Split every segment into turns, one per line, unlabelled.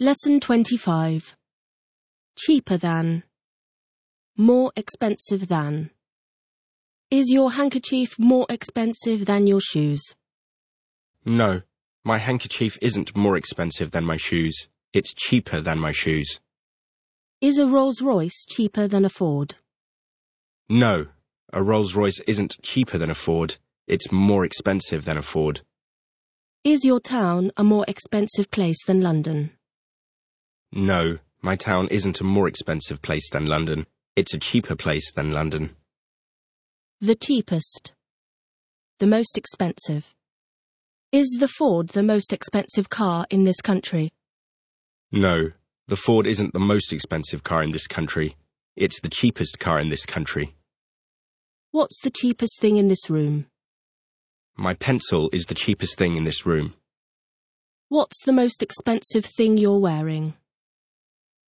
Lesson 25. Cheaper than. More expensive than. Is your handkerchief more expensive than your shoes?
No, my handkerchief isn't more expensive than my shoes. It's cheaper than my shoes.
Is a Rolls Royce cheaper than a Ford?
No, a Rolls Royce isn't cheaper than a Ford. It's more expensive than a Ford.
Is your town a more expensive place than London?
No, my town isn't a more expensive place than London. It's a cheaper place than London.
The cheapest. The most expensive. Is the Ford the most expensive car in this country?
No, the Ford isn't the most expensive car in this country. It's the cheapest car in this country.
What's the cheapest thing in this room?
My pencil is the cheapest thing in this room.
What's the most expensive thing you're wearing?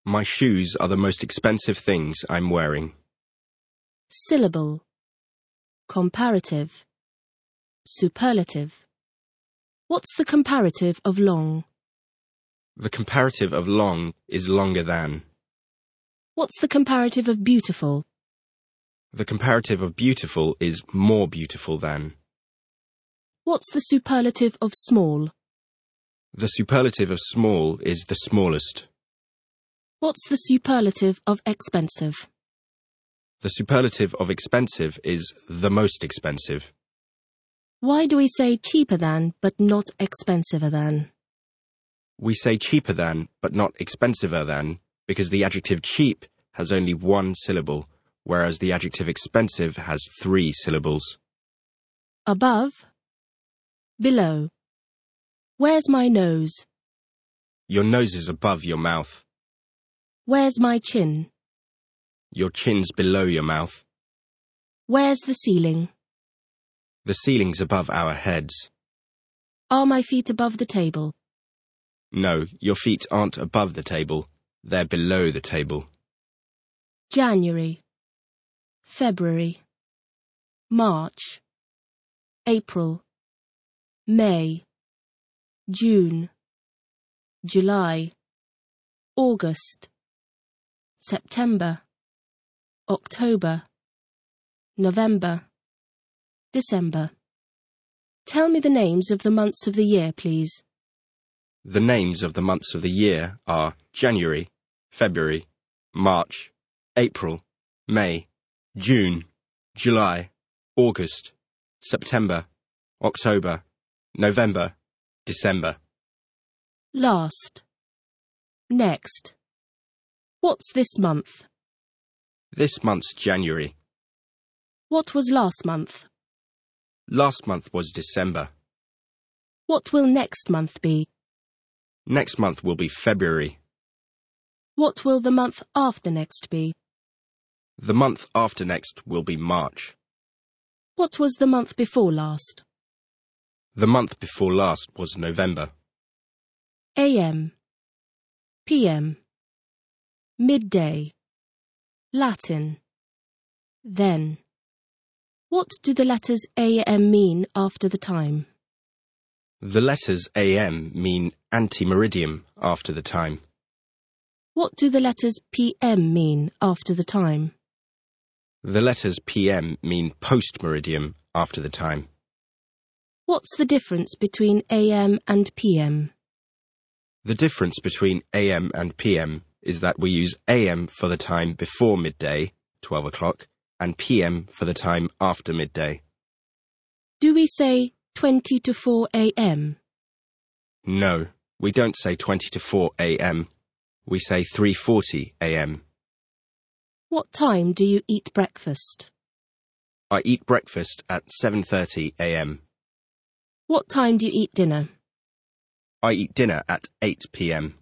My shoes are the most expensive things I'm wearing.
Syllable. Comparative. Superlative. What's the comparative of long?
The comparative of long is longer than.
What's the comparative of beautiful?
The comparative of beautiful is more beautiful than.
What's the superlative of small?
The superlative of small is the smallest.
What's the superlative of expensive?
The superlative of expensive is the most expensive.
Why do we say cheaper than but not expensiver than?
We say cheaper than, but not expensiver than, because the adjective cheap has only one syllable, whereas the adjective expensive has three syllables.
Above? Below? Where's my nose?
Your nose is above your mouth.
Where's my chin?
Your chin's below your mouth.
Where's the ceiling?
The ceiling's above our heads.
Are my feet above the table?
No, your feet aren't above the table. They're below the table.
January, February, March, April, May, June, July, August, September, October, November, December. Tell me the names of the months of the year, please.
The names of the months of the year are January, February, March, April, May, June, July, August, September, October, November, December.
Last. Next. What's this month?
This month's January.
What was last month?
Last month was December.
What will next month be?
Next month will be February.
What will the month after next be?
The month after next will be March.
What was the month before last?
The month before last was November.
AM, PM, midday, Latin, then. What do the letters AM mean after the time?
The letters AM mean anti meridium after the time.
What do the letters PM mean after the time?
The letters PM mean post meridium after the time.
What's the difference between AM and PM?
The difference between AM and PM is that we use AM for the time before midday, 12 o'clock, and PM for the time after midday.
Do we say 20 to 4 AM?
No, we don't say 20 to 4 a.m. We say 3:40 a.m.
What time do you eat breakfast?
I eat breakfast at 7:30 a.m.
What time do you eat dinner?
I eat dinner at 8 p.m.